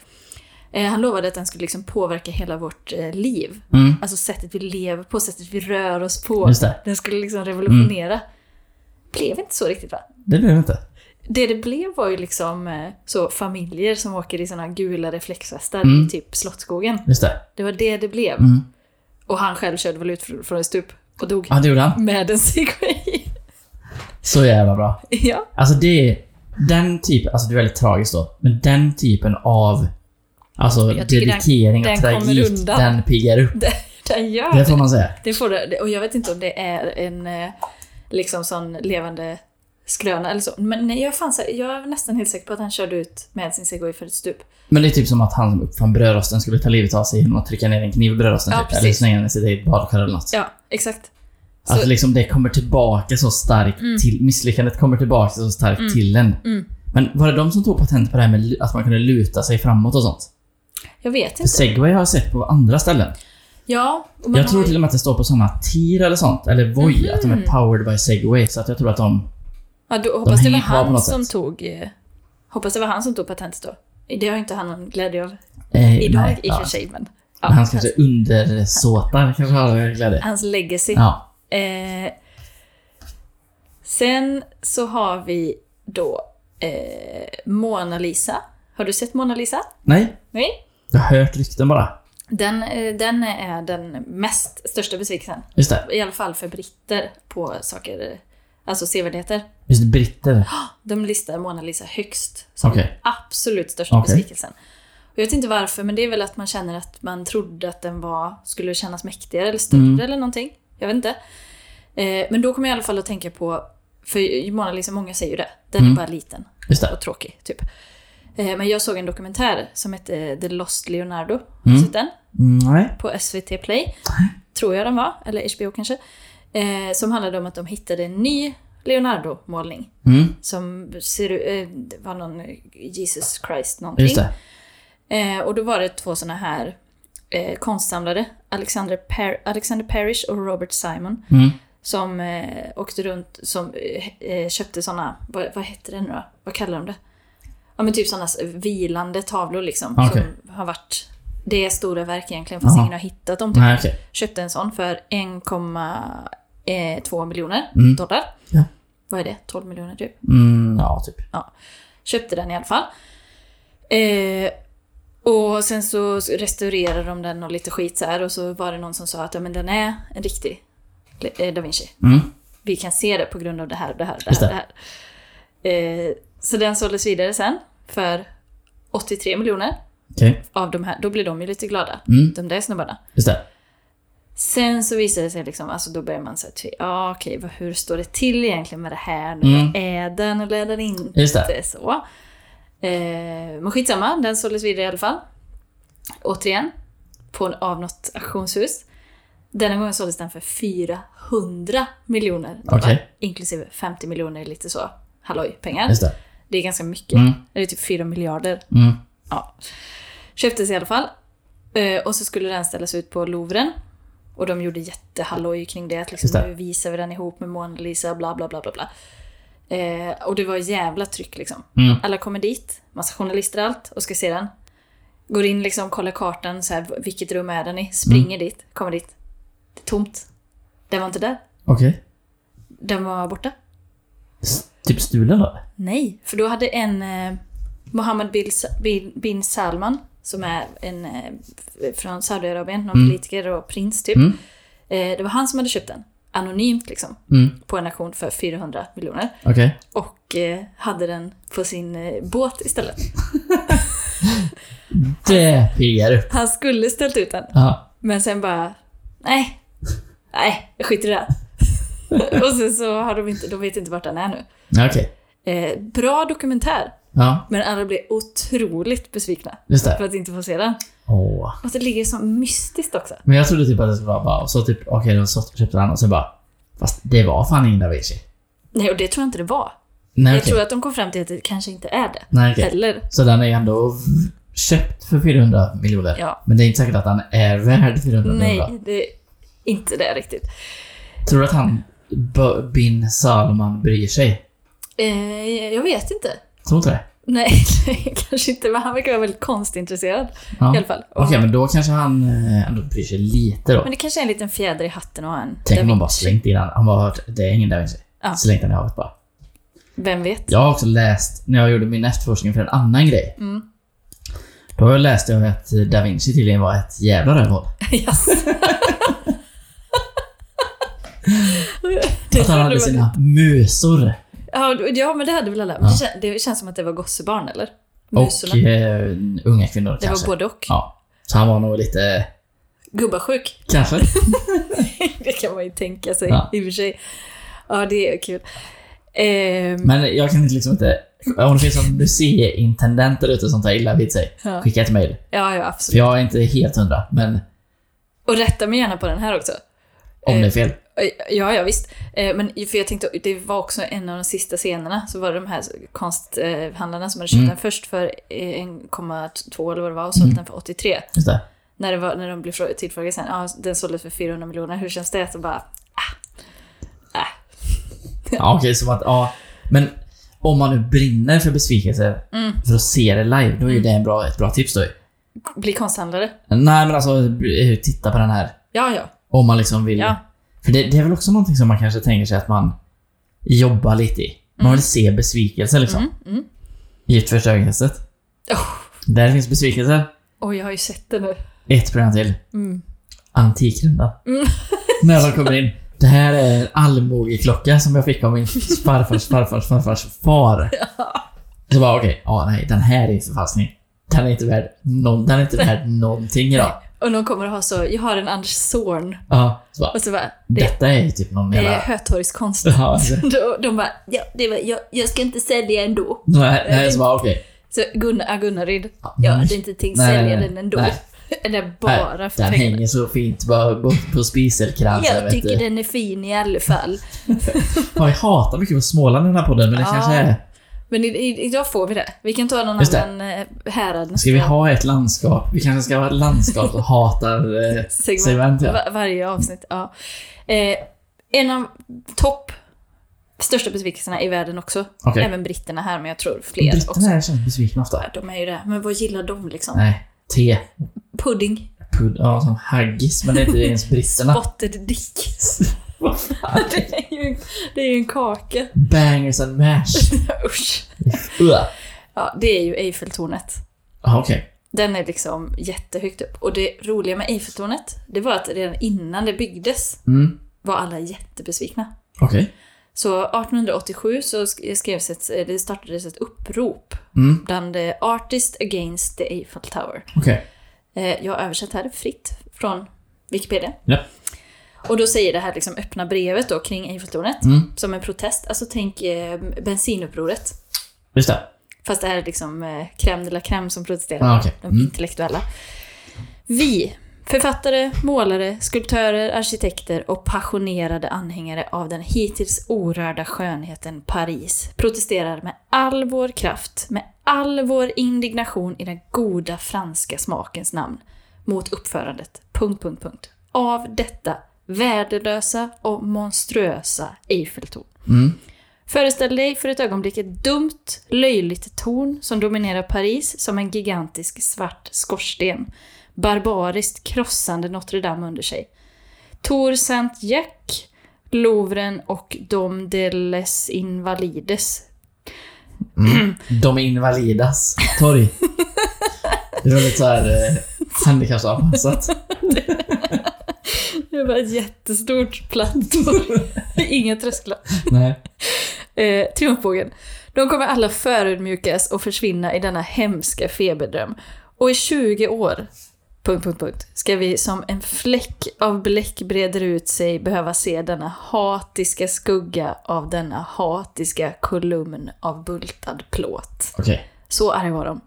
Eh, han lovade att den skulle liksom påverka hela vårt eh, liv.
Mm,
Alltså sättet vi lever på, sättet vi rör oss på.
just det.
Den skulle liksom revolutionera. Blev inte så riktigt va?
Det blev det inte.
Det det blev var ju liksom eh, så familjer som åker i såna gula reflexvästar
Mm.
i typ Slottsskogen.
Just det.
Det var det det blev.
Mm. Ah.
Och han själv körde väl ut fr- från ett stup och dog.
Ja, det gjorde han.
Med en segway.
Så jävla bra.
ja.
Alltså det är den typen, alltså det är väldigt tragiskt då, men den typen av alltså
Jag tycker
dedikering
den-
och
den kommer
tragik,
undan.
den piggar upp.
Den gör
Det
det.
får man säga.
det får det. Och jag vet inte om det är en eh, liksom sån levande skröna eller så. Men nej, jag, är fan, så- jag är nästan helt säker på att han körde ut med sin segway för ett stup.
Men det är typ som att han som uppfann brödrosten skulle ta livet av sig genom att trycka ner en kniv i brödrosten.
Ja,
typ. Eller
precis.
slänga den i sitt eget badkar eller något.
Ja, exakt. Så,
Att liksom det kommer tillbaka så starkt till, misslyckandet kommer tillbaka så starkt till en.
Mm.
Men var det de som tog patent på det här med lu- att man kunde luta sig framåt och sånt?
jag vet
För
inte.
segway har jag sett på andra ställen.
Ja, och man
Jag tror
har Mhm. ju-
till och med att det står på såna tir eller sånt, eller Voi, att de är powered by segway. Så att jag tror att de...
Ja, då, hoppas
De
det var
hänger kvar på
han
något
som
sätt.
tog... Eh, hoppas det var han som tog patentet då. Det har ju inte han någon glädje av
Eh,
idag
nej,
i och
ja.
för sig, men... Ja,
Men hans
hans,
kanske undersåtar kanske har glädje.
hans legacy.
Ja.
Eh, sen så har vi då eh, Mona Lisa. Har du sett Mona Lisa?
Nej,
Nej.
jag har hört rykten bara.
Den, eh, den är den mest största besvikelsen.
Just det.
I alla fall för britter på saker, eh, alltså sevärdheter.
Just det, britter.
De listar Mona Lisa högst som
Okej.
absolut största
Okej.
besvikelsen. Och jag vet inte varför, men det är väl att man känner att man trodde att den var, skulle kännas mäktigare eller större
Mm.
eller någonting. Jag vet inte. Eh, men då kommer jag i alla fall att tänka på, för Mona Lisa, många säger ju det, den
Mm.
är bara liten
Just det.
och tråkig, typ. Eh, men jag såg en dokumentär som hette The Lost Leonardo. Har du
Mm.
sett den?
Mm, nej.
på SVT Play, tror jag den var, eller HBO kanske, eh, som handlade om att de hittade en ny Leonardo-målning
Mm,
som ser, u- eh, det var någon Jesus Christ någonting.
just det.
Eh, och då var det två såna här eh, konstsamlare, Alexander, per- Alexander Parrish och Robert Simon,
Mm.
som eh, åkte runt, som eh, eh, köpte såna, vad, vad hette det nu då? Vad kallar de det? Ja men typ såna vilande tavlor liksom.
Ah, Okej.
Som har varit, det är stora verk egentligen fast
Aha.
ingen har hittat dem. Typ
Nej, okej.
köpte en sån för 1,2 eh, miljoner
Mm.
dollar.
Ja.
vad är det, 12 miljoner typ.
Mm, ja, typ.
Köpte den i alla fall. Eh, och sen så restaurerade de den och lite skit så här och så var det någon som sa att ja, men den är en riktig eh, da Vinci.
Mm.
Vi kan se det på grund av det här och det här och
Just
det här. och Det här. Eh, så den såldes vidare sen för 83 miljoner
Okej.
av de här. Då blir de ju lite glada,
Mm,
de där snubbarna.
just det.
Sen så visade det sig liksom, alltså då börjar man säga, ja okej, vad- hur står det till egentligen med det här nu?
Mm.
Är den eller är den inte
Just det.
så? Eh, men skitsamma, den såldes vidare i alla fall. Återigen, på, av något auktionshus. Denna gången såldes den för 400 miljoner dollar,
Okej.
inklusive 50 miljoner lite så halloj-pengar.
Just det.
Det är ganska mycket.
Mm,
Det är typ 4 miljarder.
mm,
Ja. Köptes i alla fall. Eh, Och så skulle den ställas ut på Louvren. Och de gjorde jättehalloj kring det. Att liksom,
Just det.
Nu visar vi den ihop med Mona Lisa, bla bla bla bla. bla. Eh, och det var jävla tryck liksom.
mm.
Alla kommer dit, massa journalister och allt, och ska se den. Går in liksom, kollar kartan, så här, vilket rum är den i?
Mm.
Springer dit, kommer dit. Det är tomt. Den var inte där.
Okej.
Den var borta.
S- Typ stulen då?
Nej, för då hade en eh, Mohammed bin, Sa- bin, bin Salman, som är en eh, f- från Saudiarabien, någon
Mm.
politiker och prins typ.
Mm.
Eh, det var han som hade köpt den, anonymt liksom,
Mm,
på en auktion för 400 miljoner.
okej.
Och eh, hade den på sin eh, båt istället.
Det piggar upp.
Han skulle ställt ut den,
Ja.
men sen bara, nej, nej, jag skiter i det. här." och sen så har de inte, de vet inte vart den är nu.
Ja, Okej.
Eh, bra dokumentär,
Ja,
men alla blev otroligt besvikna
just det.
för att inte få se den.
Åh.
Och det ligger så mystiskt också.
Men jag trodde typ att det skulle vara bara, och så typ, okej, då så köpte han och sen bara, fast det var fan ingen da Vinci.
Nej, och det tror jag inte det var.
Nej,
Jag
okej.
tror att de kom fram till att det kanske inte är det.
Nej, okej.
Eller,
Så den är ändå v- köpt för 400 miljoner.
Ja.
Men det är inte säkert att han är värd 400 miljoner.
nej, det är inte det riktigt.
Tror du att han, B- bin Salman, bryr sig?
Eh, jag vet inte.
Tror inte det?
Nej, nej, kanske inte. Men han verkar vara väldigt konstintresserad i
Ja.
alla fall. Och,
Okej, men då kanske han eh, ändå bryr sig lite då.
Men det kanske är en liten fjäder i hatten att ha en.
Tänk om
Där-
de bara slängt in han. Han bara hört, det är ingen da Vinci.
Ja.
Slängt den i havet bara.
Vem vet?
Jag har också läst, när jag gjorde min efterforskning för en annan grej.
Mm.
Då läste jag att eh, Da Vinci tydligen var ett jävla rövhål.
Yes.
Att han hade sina musor.
Ja, ja, men det hade väl alla. Men
Ja.
det, kän- det känns som att det var gossebarn, eller? Musorna.
Och eh, unga kvinnor
det
kanske.
var både och.
Ja. Så han var nog lite...
Gubbasjuk.
Kanske.
Det kan man ju tänka sig
Ja.
i och för sig. Ja, det är kul. Ehm,
Men jag kan inte liksom inte... Om det finns någon museiintendent där ute som tar illa vid sig,
Ja.
skicka ett mejl.
ja, ja,
För
absolut.
jag är inte helt hundra, men
Och rätta mig gärna på den här också.
om
Eh.
det är fel.
Ja, ja visst. Eh, Men för jag tänkte, det var också en av de sista scenerna, så var det de här konsthandlarna som hade köpt
Mm.
den först för eh, 1,2 eller vad det var och sålt den för 83.
Just det.
När, det var, när de blev frå- tillfrågade sen, ja, den såldes för 400 miljoner, hur känns det? Så bara,
Ja, okej, som att... Ja. Men om man nu brinner för besvikelse
Mm.
för att se det live, då är ju det en bra, ett bra tips då ju.
bli konsthandlare.
Nej, men alltså eh, titta på den här.
Ja, ja.
Om man liksom vill...
Ja.
För det, det är väl också någonting som man kanske tänker sig att man jobbar lite i. Man vill se besvikelse liksom.
Mm, mm.
I ett första ögonkastet.
Oh,
Där finns besvikelse.
oj, jag har ju sett det nu.
Ett program till.
Mm.
Antikrundan. När de kommer in. Det här är en allmogeklocka som jag fick av min farfars farfars farfars far. Så bara okej, ja nej, den här är ju förfalskning. Den är inte värd, någon, den är inte värd någonting idag.
Och någon kommer att ha så, jag har en Anders Zorn.
Ja, så bara,
Och så bara, det,
detta är ju typ någon
det
jävla...
är Hötorgskonst.
Ja, alltså. så-
De, de bara, ja, det var, jag, jag ska inte sälja ändå.
nej, nej, så bara okej.
Så Gunnar, ah, Gunnaryd,
Ja,
jag hade inte tänkt
Nej,
sälja
nej, nej.
den ändå.
Nej.
Eller bara för
Den
pengarna.
hänger så fint bara på, på spiselkransen.
Jag
vet
tycker
du.
den är fin i alla fall.
Ja, jag hatar mycket på Småland i den här podden, men det
Ja.
kanske är...
Men i, i, idag får vi det. Vi kan ta någon
Just det.
annan eh, härad nästa
Ska vi ha ett landskap? Vi kanske ska ha ett landskap och hatar eh,
segment.
segment. Ja.
Va- varje avsnitt. Ja. Eh, en av topp största besvikelserna i världen också.
Okej.
Även britterna här, men jag tror fler också.
Britterna är känns besvikna ofta.
De är ju det. Men vad gillar de liksom?
Nej, te.
Pudding.
Pud, ja, som haggis, men det är inte ens britterna.
Spotted dick. det, är ju, det är ju en kaka.
Bangers and mash.
Usch.
Ugh.
Ja, det är ju Eiffeltornet.
Jaha, okej.
Den är liksom jättehögt upp. Och det roliga med Eiffeltornet, det var att redan innan det byggdes
Mm.
var alla jättebesvikna.
Okej.
Så 1887 så sk- skrevs ett, eh, det startades ett upprop
Mm.
bland eh, Artist Against the Eiffel Tower.
Okej.
Eh, Jag har översatt här fritt från Wikipedia.
Ja.
Och då säger det här liksom öppna brevet då kring Eiffeltornet
Mm.
som en protest. Alltså tänk eh, bensinupproret.
Just det.
Fast det här är liksom eh, crème de la crème som protesterar.
Ah, okej.
De
Mm.
intellektuella. Vi, författare, målare, skulptörer, arkitekter och passionerade anhängare av den hittills orörda skönheten Paris protesterar med all vår kraft, med all vår indignation i den goda franska smakens namn mot uppförandet, punkt, punkt, punkt, av detta värdelösa och monstruösa Eiffeltorn.
Mm.
Föreställ dig för ett ögonblick ett dumt, löjligt torn som dominerar Paris som en gigantisk svart skorsten. Barbariskt krossande Notre Dame under sig. Tor Saint-Jacques, Louvren och Dom de les Invalides.
De är invalidas torg. Det var lite såhär eh, handikappsanpassat.
Det var ett jättestort platt torn. Inga trösklar.
Nej.
Eh, triumfbågen. De kommer alla förödmjukas och försvinna i denna hemska feberdröm. Och i 20 år, punkt, punkt, punkt, ska vi som en fläck av bläck breder ut sig behöva se denna hatiska skugga av denna hatiska kolumn av bultad plåt.
Okej.
Så arg var de.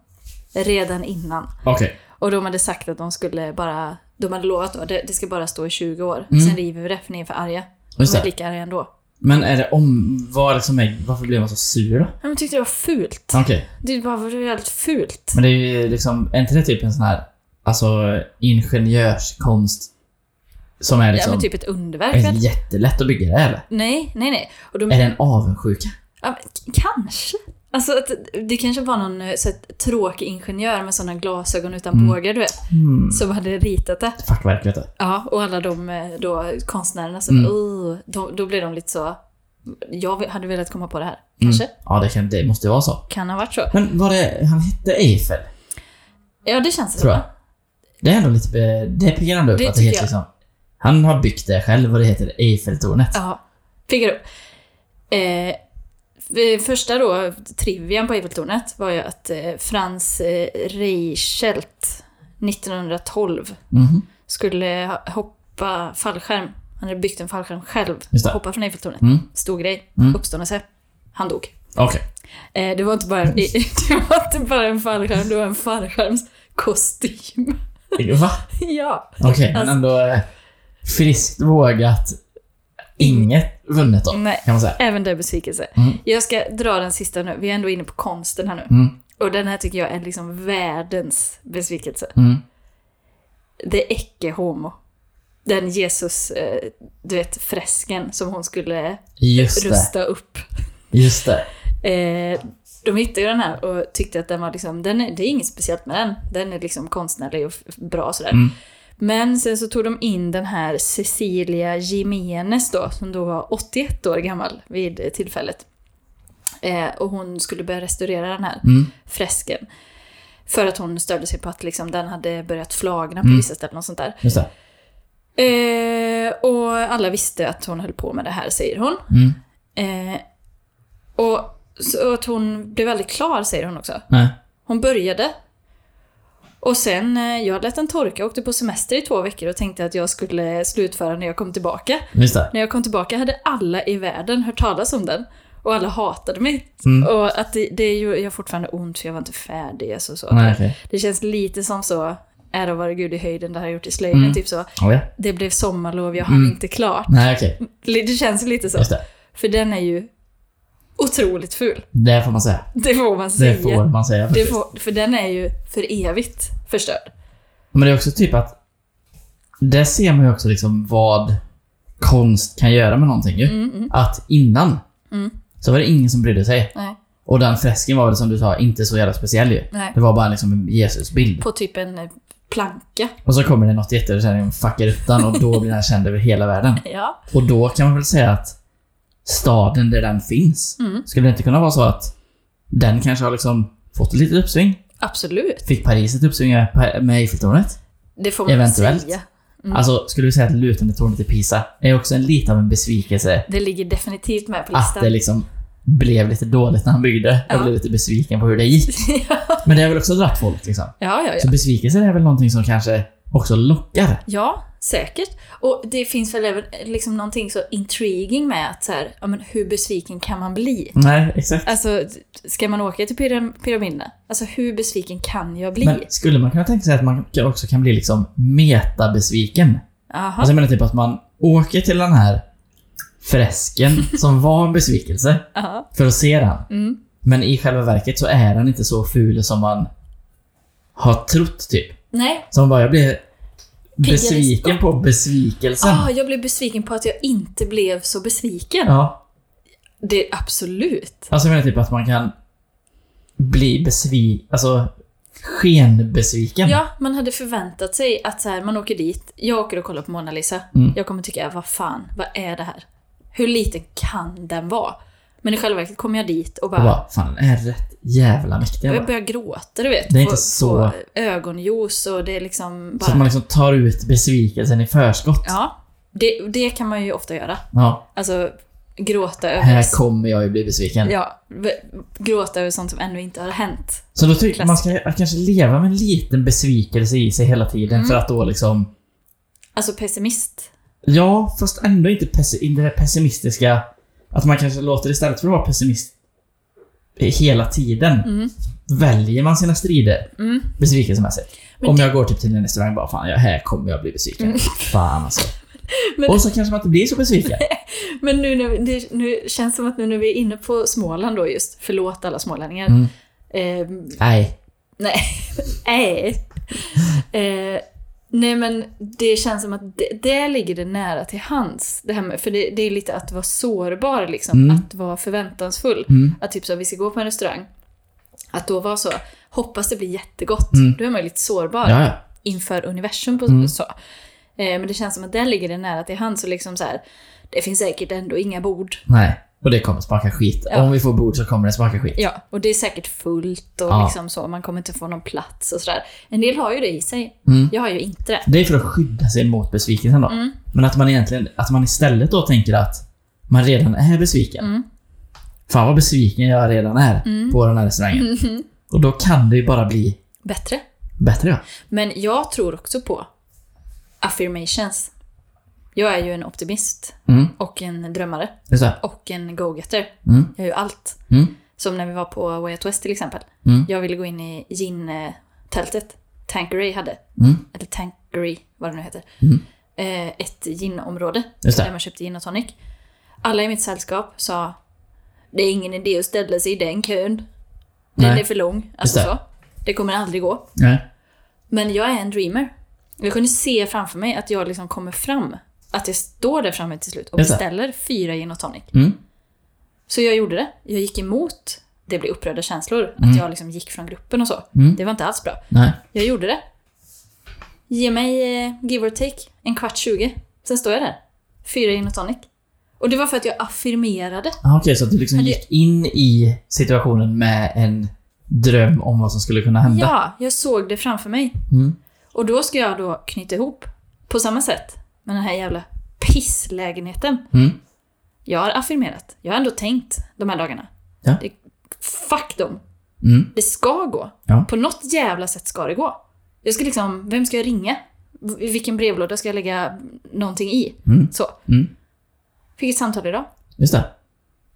Redan innan.
Okej.
Och de hade sagt att de skulle bara, de hade lovat då, det, det ska bara stå i 20 år.
Mm.
Sen river vi det för ni är för arga. De
Just
är
det.
lika arga ändå.
Men är det om... Vad är det som är... Varför blev man så sur då?
Men de tyckte det var fult.
Okej.
Det var väldigt fult.
Men det är ju liksom... Är inte det typ en sån här... Alltså ingenjörskonst? Som är
Ja,
liksom...
men typ ett underverk.
är
väl?
det jättelätt att bygga det eller?
Nej, nej, nej. Och de,
Är det en avundsjuka?
ja, men k- kanske. Alltså, att det kanske var någon eh, så här, tråkig ingenjör med sådana glasögon utan
Mm.
bågar, du vet,
Hmm.
som hade ritat det.
Fuck verk, vet du.
Ja, och alla de eh, då, konstnärerna som,
Mm.
"Åh", då, då blev de lite så, jag hade velat komma på det här.
Mm.
Kanske.
Ja, det, kan, det måste ju vara så.
Kan ha varit så.
Men var det... Han hette Eiffel?
Ja, det känns det
Tror
som.
jag. Det är ändå lite... Be, det piggar ändå upp
Det
att det
tycker
heter
jag.
liksom... Han har byggt det själv och det heter Eiffeltornet.
Ja, piggar upp. Eh, f- första då, trivian på Eiffeltornet var ju att eh, Frans eh, Reichelt 1912
Mhm.
skulle ha- hoppa fallskärm. Han hade byggt en fallskärm själv.
Just det.
Hoppa från Eiffeltornet.
Mm.
Stor grej.
Mm.
Uppståndelse. Han dog.
Okej.
Eh, det, var inte bara, det var inte bara en fallskärm, det var en fallskärmskostym.
Va?
ja.
Okej,
Alltså.
men ändå eh, friskt vågat. Inget vunnet då,
Nej.
kan man säga.
Även där besvikelse.
Mm.
Jag ska dra den sista nu. Vi är ändå inne på konsten här nu.
Mm,
Och den här tycker jag är liksom världens besvikelse.
mm.
Det är ecce homo. Den Jesus, eh, du vet, fresken som hon skulle
Just det.
rusta upp.
Just det.
Eh, de hittade ju den här och tyckte att den var liksom, den är, det är inget speciellt med den. Den är liksom konstnärlig och f- bra sådär.
Mm.
Men sen så tog de in den här Cecilia Jimenez då, som då var 81 år gammal vid eh, tillfället. Eh, och hon skulle börja restaurera den här
Mm.
fresken. För att hon störde sig på att liksom, den hade börjat flagna på
Mm.
vissa ställen och sånt där.
Just det.
Eh, och alla visste att hon höll på med det här, säger hon.
Mm.
Eh, och så att hon blev väldigt klar, säger hon också.
Nej.
Hon började. Och sen, eh, jag lät den torka, jag åkte på semester i två veckor och tänkte att jag skulle slutföra när jag kom tillbaka.
Just det.
När jag kom tillbaka hade alla i världen hört talas om den. Och alla hatade mig.
Mm.
Och att det, det gjorde jag fortfarande ont för jag var inte färdig. Alltså så.
Nej, okej.
Det känns lite som så, ära vare Gud i höjden, det här har jag gjort i slöjden.
Mm.
Typ så,
Oh, ja.
det blev sommarlov, jag hann
Mm.
inte klart.
Nej, okej.
Det känns lite så.
Just det.
För den är ju otroligt ful.
Det får man säga.
Det får man säga.
Det får man säga.
Det
faktiskt.
får, för den är ju för evigt förstörd.
Men det är också typ att... Där ser man ju också liksom vad konst kan göra med någonting ju.
Mm, mm,
Att innan
Mm.
så var det ingen som brydde sig.
nej,
Och den fresken var väl som du sa, inte så jävla speciell ju.
nej.
Det var bara liksom en Jesusbild.
På typ en eh, planka.
Och så kommer det något jätte, så här, en fuckeruttan och då blir den känd över hela världen.
Ja.
Och då kan man väl säga att staden där den finns,
Mm.
skulle det inte kunna vara så att den kanske har liksom fått ett litet uppsving?
Absolut.
Fick Paris ett uppsving med med Eiffeltornet?
Det får man
Eventuellt.
säga.
Alltså, skulle vi säga att lutande tornet i Pisa är också en lite av en besvikelse
Det ligger definitivt med på
att
listan.
det liksom blev lite dåligt när han byggde. Jag
Ja.
blev lite besviken på hur det gick. Men det har väl också dratt folk liksom.
ja, ja, ja.
Så besvikelser är väl någonting som kanske också lockar.
Ja, säkert. Och det finns väl även eh, liksom någonting så intriguing med att så här, ja, men hur besviken kan man bli?
Nej, exakt.
Alltså, ska man åka till pyram- pyramiderna? Alltså, hur besviken kan jag bli?
Men skulle man kunna tänka sig att man kan- också kan bli liksom metabesviken?
Jaha.
Alltså jag menar typ att man åker till den här fresken som var en besvikelse
Ja.
för att se den.
Mm.
Men i själva verket så är den inte så ful som man har trott typ.
Nej.
Så man bara, jag blir
Piggare
besviken på besvikelsen.
Ah, jag blev besviken på att jag inte blev så besviken.
Ja.
Det absolut.
Alltså jag menar typ att man kan bli besviken, alltså skenbesviken.
Ja, man hade förväntat sig att så här, man åker dit, jag åker och kollar på Mona Lisa.
Mm.
Jag kommer tycka, vad fan, vad är det här? Hur liten kan den vara? Men i själva verket kommer jag dit och
Och
bara,
bara, fan den är rätt jävla mäktig.
Jag
bara.
börjar gråta, du vet.
Det är inte
Få-
så-
få ögonljus och det är liksom bara...
Så att man liksom tar ut besvikelsen i förskott.
Ja. Det, det kan man ju ofta göra.
Ja,
Alltså, gråta över...
här kommer jag ju bli besviken.
Ja, v- gråta över sånt som ännu inte har hänt.
Så då tycker jag man ska att kanske leva med en liten besvikelse i sig hela tiden
Mm.
för att då liksom...
Alltså pessimist.
Ja, fast ändå inte pessi- inte det pessimistiska. Att man kanske låter istället för att vara pessimist eh, hela tiden.
Mm.
Väljer man sina strider
Mm.
besvikelsemässigt.
Men
Om
det- Mm.
jag går typ till en restaurang och bara fan, ja, här kommer jag bli besviken. Fan alltså.
Men-
Och så kanske man inte blir så besviken.
Men nu, när vi- det, nu känns det som att nu när vi är inne på Småland då just, förlåt alla smålänningar.
Mm.
Ehm,
Nej.
Nej. Nej. Eh, nej men det känns som att det, där ligger det nära till hands. Det här med, för det, det är lite att vara sårbar liksom.
Mm.
Att vara förväntansfull.
Mm.
Att typ så, vi ska gå på en restaurang. Att då vara så, hoppas det blir jättegott.
Mm.
Då är man ju lite sårbar
Ja, ja.
inför universum på
Mm.
så. Eh, men det känns som att där ligger det nära till hands. Och liksom så här, det finns säkert ändå inga bord.
Nej. Och det kommer smaka skit.
Ja.
Om vi får bord så kommer det smaka skit.
Ja, och det är säkert fullt och
Ja.
liksom så. Man kommer inte få någon plats och sådär. En del har ju det i sig.
Mm.
Jag har ju inte det.
Det är för att skydda sig mot besvikelsen då.
Mm.
Men att man egentligen, att man istället då tänker att man redan är besviken.
Mm.
Fan vad besviken jag redan är
Mm.
på den här restaurangen. Och då kan det ju bara bli
Bättre.
bättre ja.
Men jag tror också på affirmations. Jag är ju en optimist
Mm.
och en drömmare
Just det.
och en go-getter.
Mm.
Jag är ju allt.
Mm.
Som när vi var på Way Out West till exempel.
Mm.
Jag ville gå in i gin-tältet. Tankeray hade,
Mm.
eller Tankery vad det nu heter,
Mm.
eh, ett ginområde
Just det.
där man köpte gin och tonic. Alla i mitt sällskap sa det är ingen idé att ställa sig i den kön. Den
Nej.
är för lång. Alltså
det.
så. Det kommer aldrig gå.
Nej.
Men jag är en dreamer. Jag kunde se framför mig att jag liksom kommer fram. Att jag står där framme till slut och
Just det.
beställer fyra gin och tonic.
Mm.
Så jag gjorde det. Jag gick emot det blev upprörda känslor.
Mm.
Att jag liksom gick från gruppen och så.
Mm.
Det var inte alls bra.
Nej.
Jag gjorde det. Ge mig, eh, give or take, en kvart tjugo. Sen står jag där. Fyra gin och tonic. Och det var för att jag affirmerade.
Ah, Okej, så att du liksom
Men det-
gick in i situationen med en dröm om vad som skulle kunna hända.
Ja, jag såg det framför mig.
Mm.
Och då ska jag då knyta ihop på samma sätt med den här jävla pisslägenheten.
Mm.
Jag har affirmerat. Jag har ändå tänkt de här dagarna.
Ja.
Det, fuck dem.
Mm.
Det ska gå.
Ja.
På något jävla sätt ska det gå. Jag ska liksom, vem ska jag ringa? V- I vilken brevlåda ska jag lägga någonting i?
Mm.
Så.
Mm.
Fick ett samtal idag.
Just det.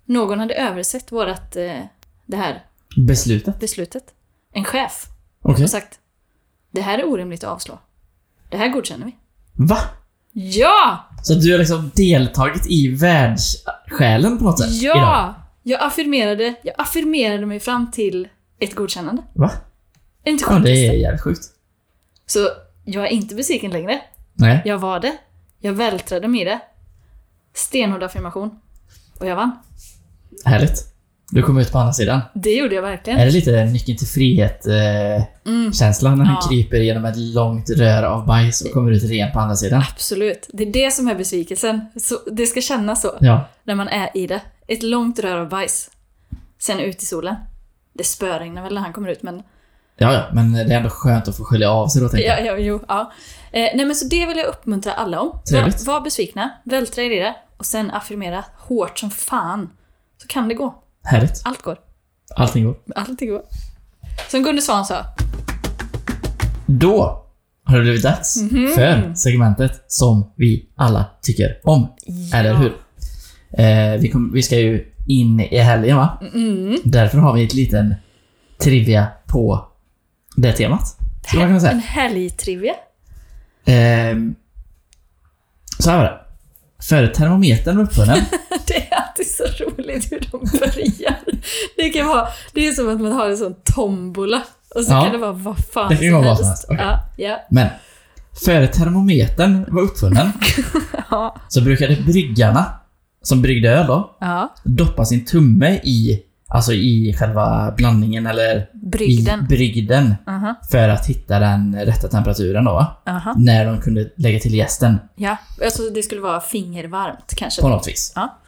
Någon hade översett vårat, eh, det här
Beslutet.
beslutet. En chef.
Okej.
Och sagt, det här är orimligt att avslå. Det här godkänner vi.
Va?
Ja!
Så att du har liksom deltagit i världssjälen på något sätt? Idag.
Ja! Jag affirmerade, jag affirmerade mig fram till ett godkännande.
Va?
Är det inte
Ja,
sjukt?
det är jävligt sjukt.
Så jag är inte besviken längre.
Nej.
Jag var det. Jag vältrade mig i det. Stenhård affirmation. Och jag vann.
Härligt. Du kom ut på andra sidan.
Det gjorde jag verkligen.
Är det lite nyckeln till frihet-känslan
Mm,
när han
Ja.
kryper genom ett långt rör av bajs och kommer ut ren på andra sidan?
absolut. Det är det som är besvikelsen. Så, det ska kännas så
Ja.
när man är i det. Ett långt rör av bajs. Sen ut i solen. Det spöregnar väl när han kommer ut, men...
Ja, ja, men det är ändå skönt att få skölja av sig då, tänker
Ja,
jag.
ja, jo, ja. Eh, nej, men så det vill jag uppmuntra alla om.
Trevligt.
Var, var besvikna, vältra er i det och sen affirmera hårt som fan. Så kan det gå.
Härligt.
Allt går.
Allting går.
Allting går. Som Gunde Svan sa.
Då har det blivit dags
Mhm.
för segmentet som vi alla tycker om. Eller hur? Eh, vi, kom, vi ska ju in i helgen va?
Mm.
Därför har vi ett liten trivia på det temat. Skulle man kunna
En
säga.
helgtrivia.
Eh, så här var det. Före termometern var uppfunnen.
Det är alltid så roligt hur de börjar. Det, kan vara, det är som att man har en sån tombola. Och så
Ja.
kan det vara vad fan
Det kan
som
vara vad som
helst.
helst, okej.
Ja, ja.
men före termometern var uppfunnen
Ja.
så brukade bryggarna, som bryggde öl då,
ja.
doppa sin tumme i, alltså i själva blandningen eller i Mm.
Brygden.
brygden
Aha,
för att hitta den rätta temperaturen då va?
aha.
När de kunde lägga till jästen
Ja. Alltså det skulle vara fingervarmt kanske.
på något vis.
Ja.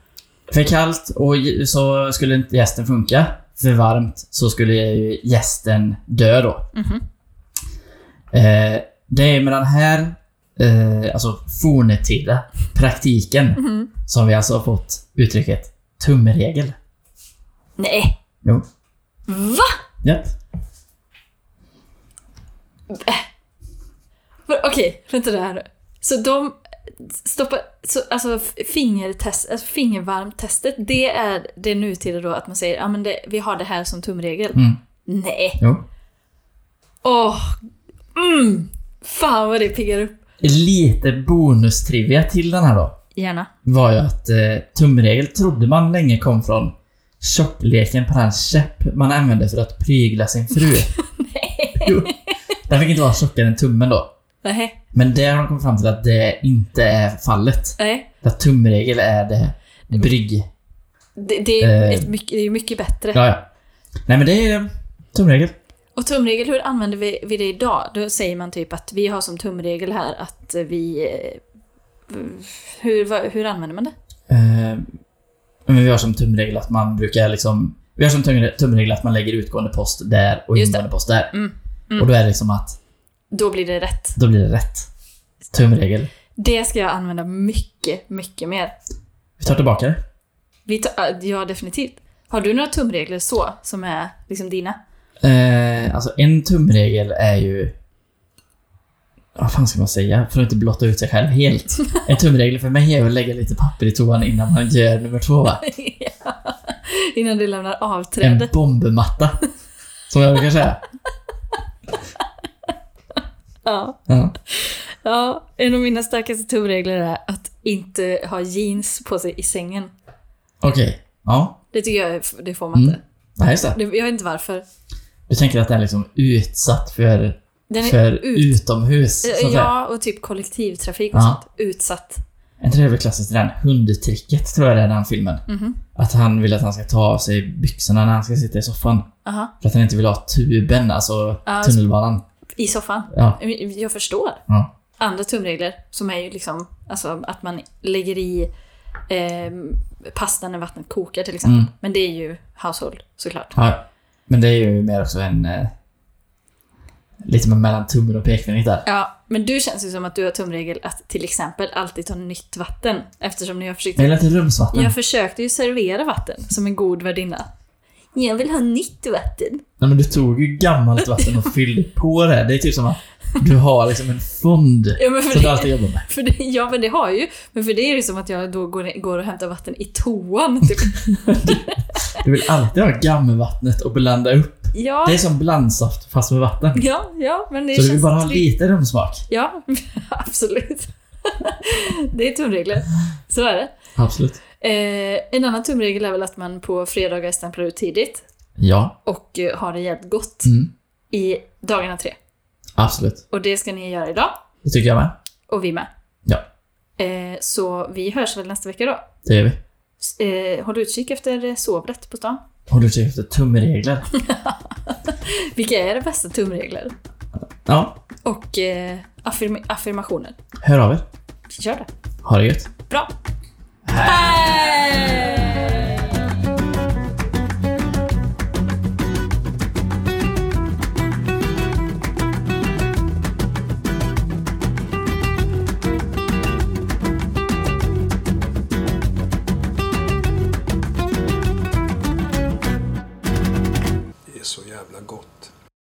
För kallt och j- så skulle inte jästen funka. För varmt så skulle ju jästen dö då.
Mhm.
Eh, det är med den här eh, alltså fornetida praktiken
Mhm.
som vi alltså har fått uttrycket tumregel.
Nej.
Jo.
Va?
Japp.
Va- Okej, vänta där nu. Så de stoppar, så, alltså f- fingertest, alltså fingervarmtestet, det är det nutida då att man säger ja men det, vi har det här som tumregel.
Mm.
Nej.
Jo.
Åh. mm. Fan vad det piggar upp.
Lite bonustrivia till den här då.
Gärna.
var ju att eh, tumregel trodde man länge kom från tjockleken på den käpp man använde för att prygla sin fru. Jo. Den fick inte vara tjockare än tummen då.
Nej.
Men där har de kommit fram till att det inte är fallet.
Nej.
Att tumregel är det brygg...
Det, det är ju
Eh.
ett mycket, det är ju mycket bättre.
Ja, ja. Nej men det är eh, tumregel.
Och tumregel, hur använder vi, vi det idag? Då säger man typ att vi har som tumregel här att vi... eh, Hur, vad- hur använder man det?
Eh, men vi har som tumregel att man brukar liksom... Vi har som tumre- tumregel att man lägger utgående post där och
Just det.
ingående post där.
Mm. Mm.
Och då är det liksom att
Då blir det rätt.
då blir det rätt. Tumregel.
Det ska jag använda mycket, mycket mer.
Vi tar tillbaka det.
Vi tar, eh, ja, definitivt. Har du några tumregler så, som är liksom dina?
Eh, alltså en tumregel är ju... Vad fan ska man säga? För att inte blotta ut sig själv helt. En tumregel för mig är att lägga lite papper i toan innan man gör nummer två. Va?
Innan du lämnar
En Mm.
avträde.
bombmatta. Som jag brukar säga.
Ja.
Ja.
ja, en av mina starkaste tumregler är att inte ha jeans på sig i sängen.
Okej. Ja.
Det tycker jag, är- det får man
Mm.
inte.
Nej, just det.
Det, jag vet inte varför.
Du tänker att den är liksom utsatt för,
Den är
för
ut-
utomhus? Så att
Eh,
säga.
Ja, och typ kollektivtrafik och
Ja.
sånt. Utsatt.
En trevlig klassisk den hundtricket tror jag det är den filmen.
Mhm.
Att han vill att han ska ta av sig byxorna när han ska sitta i soffan.
Aha.
För att han inte vill ha tuben, alltså
Ja,
tunnelbanan.
I soffan. Mm,
Ja.
Jag förstår.
ja.
andra tumregler som är ju liksom alltså, att man lägger i eh, pastan när vattnet kokar till exempel.
Mm.
Men det är ju household såklart.
Ja, men det är ju mer också en... Eh, lite med mellan tummen och pekfingret där.
Ja, men du känns ju som att du har tumregel att till exempel alltid ta nytt vatten eftersom ni har försökt.
Men jag lite rumsvatten.
Jag försökte ju servera vatten som en god värdinna. Jag vill ha nytt vatten.
Nej, men du tog ju gammalt vatten och fyllde på det. Det är typ som att du har liksom en fond
Ja, men för
som du
det,
alltid jobbar med.
för det, ja, men det har jag ju. Men för det är ju som att jag då går, går och hämtar vatten i toan. Typ.
Du vill alltid ha gammelvattnet och blanda upp.
Ja,
Det är som blandsaft fast med vatten.
ja, ja, men det
Så du vill
känns
bara ha
tryggt.
lite rumsmak.
Ja, absolut. det är tumregler. Så är det.
Absolut.
Eh, en annan tumregel är väl att man på fredagar stämplar ut tidigt
Ja.
och eh, har det jävligt gott
Mm.
i dagarna tre.
Absolut.
Och det ska ni göra idag
Det tycker jag med.
och vi med.
Ja.
Eh, så vi hörs väl nästa vecka då.
Det gör vi.
S- Eh, håll utkik efter eh, sovrätt på stan.
Och du ser efter tumregler.
Vilka är de bästa tumregler?
Ja,
Och eh, affirm- affirmationer.
hör av er.
Kör det.
Ha det gött.
Bra! Hej!
Det är så jävla gott.